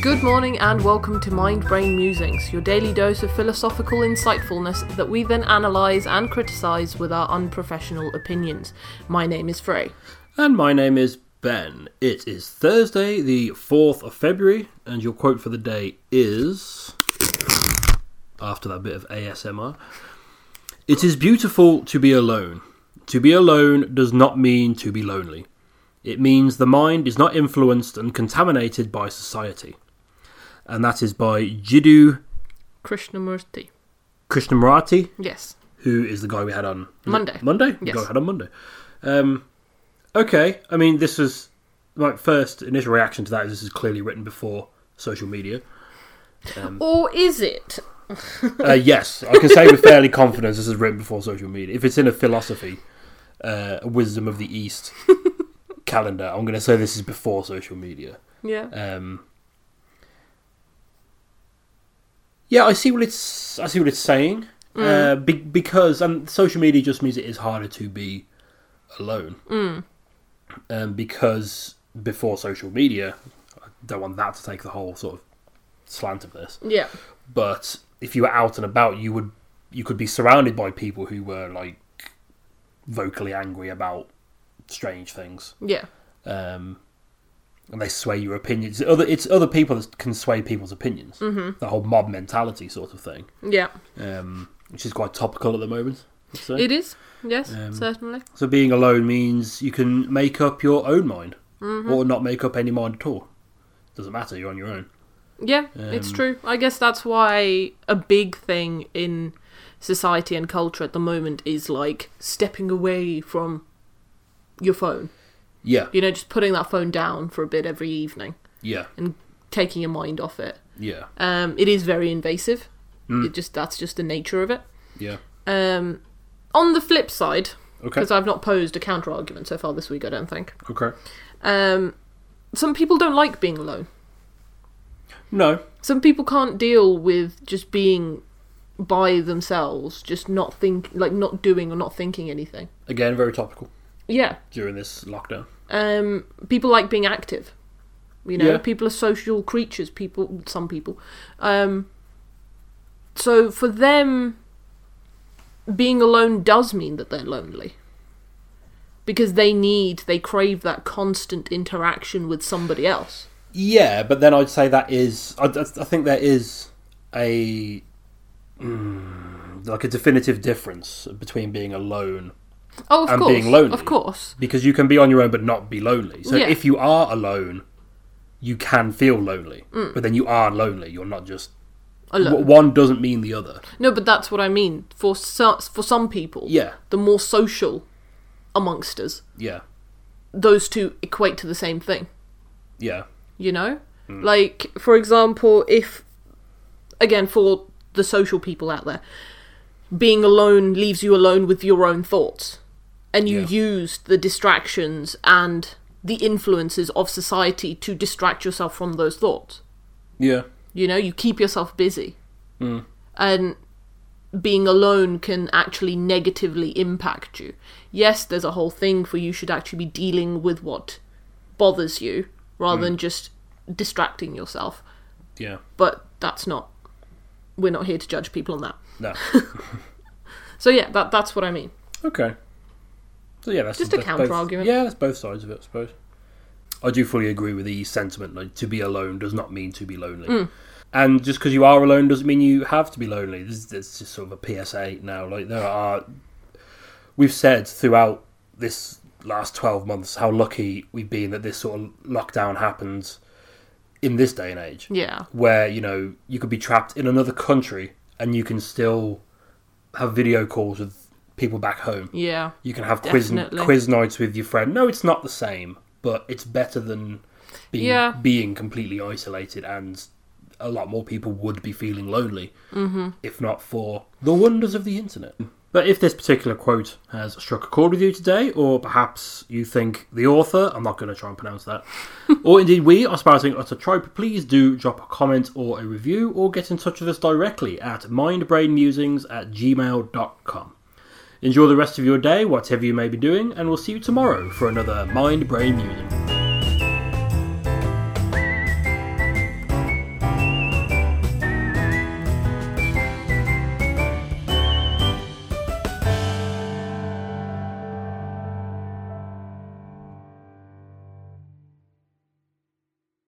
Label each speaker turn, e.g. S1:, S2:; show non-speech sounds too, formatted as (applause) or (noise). S1: Good morning and welcome to Mind Brain Musings, your daily dose of philosophical insightfulness that we then analyse and criticise with our unprofessional opinions. My name is Frey.
S2: And my name is Ben. It is Thursday, the 4th of February, and your quote for the day is. After that bit of ASMR, it is beautiful to be alone. To be alone does not mean to be lonely. It means the mind is not influenced and contaminated by society. And that is by Jiddu
S1: Krishnamurti.
S2: Krishnamurti,
S1: Yes.
S2: who is the guy we had on was it
S1: Monday.
S2: Monday, The
S1: Yes.
S2: guy we had on Monday. Um, okay, I mean, this was my first initial reaction to that. Is this is clearly written before social media. Um,
S1: Or is it? (laughs)
S2: Uh, yes, I can say with fairly confidence this is written before social media. If it's in a philosophy, uh, wisdom of the
S1: (laughs)
S2: East calendar, I'm going to say this is before social media.
S1: Yeah.
S2: Um, yeah, I see what it's. I see what it's saying. Uh, be, because and social media just means it is harder to be alone. Um, because before social media, I don't want that to take the whole sort of slant of this.
S1: Yeah.
S2: But if you were out and about, you would you could be surrounded by people who were like vocally angry about strange things
S1: Yeah.
S2: um, and they sway your opinions. It's other, it's other people that can sway people's opinions. Mm-hmm. The whole mob mentality sort of thing,
S1: Yeah.
S2: um, which is quite topical at the moment. I'd say.
S1: It is. Yes,
S2: Um,
S1: certainly.
S2: So being alone means you can make up your own mind, or not make up any mind at all. Doesn't matter. You're on your own.
S1: Yeah, it's
S2: Um,
S1: true. I guess that's why a big thing in society and culture at the moment is like stepping away from your phone.
S2: Yeah,
S1: You know, just putting that phone down for a bit every evening,
S2: yeah,
S1: taking your mind off it.
S2: yeah,
S1: Um, it is very invasive.
S2: Mm.
S1: It just that's just the nature of it.
S2: yeah.
S1: Um, on the flip side,
S2: Okay.
S1: because I've not posed a counter argument so far this week, I don't think.
S2: Okay.
S1: Um, some people don't like being alone.
S2: No.
S1: some people can't deal with just being by themselves, just not think like not doing or not thinking anything.
S2: Again, very topical
S1: Yeah.
S2: during this lockdown.
S1: Um people like being active. You know,
S2: Yeah.
S1: people are social creatures, people some people. Um so for them being alone does mean that they're lonely. Because they need, they crave that constant interaction with somebody else.
S2: Yeah, but then I'd say that is. I, I think there is a mm, like a definitive difference between being alone
S1: Oh, of
S2: And
S1: course.
S2: being lonely.
S1: Of course.
S2: because you can be on your own but not be lonely. So
S1: Yeah.
S2: if you are alone, you can feel lonely, but then you are lonely. You're not just
S1: Mm. Alone.
S2: w- one doesn't mean the other.
S1: No, but that's what I mean. For so, for some people,
S2: Yeah,
S1: the more social amongst us,
S2: yeah,
S1: those two equate to the same thing.
S2: yeah,
S1: You know, like for example, if again for the social people out there, being alone leaves you alone with your own thoughts, and you
S2: Yeah.
S1: use the distractions and the influences of society to distract yourself from those thoughts.
S2: yeah,
S1: You know, you keep yourself busy. And being alone can actually negatively impact you. Yes, there's a whole thing for you should actually be dealing with what bothers you rather than just distracting yourself.
S2: yeah.
S1: But that's not we're not here to judge people on that.
S2: No,
S1: So yeah, that that's what I mean.
S2: okay. So yeah, that's
S1: Just a
S2: that's
S1: counter
S2: both-
S1: argument.
S2: Yeah, that's both sides of it, I suppose. I do fully agree with the sentiment. Like, to be alone does not mean to be lonely.
S1: Mm.
S2: And just because you are alone doesn't mean you have to be lonely. This, this is just sort of a PSA now. Like there are, we've said throughout this last twelve months how lucky we've been that this sort of lockdown happens in this day and age,
S1: Yeah.
S2: where you know you could be trapped in another country and you can still have video calls with people back home.
S1: Yeah.
S2: You can have quiz,
S1: Definitely.
S2: quiz nights with your friend. No, it's not the same, but it's better than being,
S1: Yeah.
S2: being completely isolated. And a lot more people would be feeling lonely
S1: Mm-hmm.
S2: if not for the wonders of the internet. But if this particular quote has struck a chord with you today, or perhaps you think the author, I'm not going to try and
S1: (laughs)
S2: pronounce that, or indeed we are spouting utter tripe, please do drop a comment or a review, or get in touch with us directly at mindbrainmusings at gmail.com. Enjoy the rest of your day, whatever you may be doing, and we'll see you tomorrow for another Mind Brain Musings.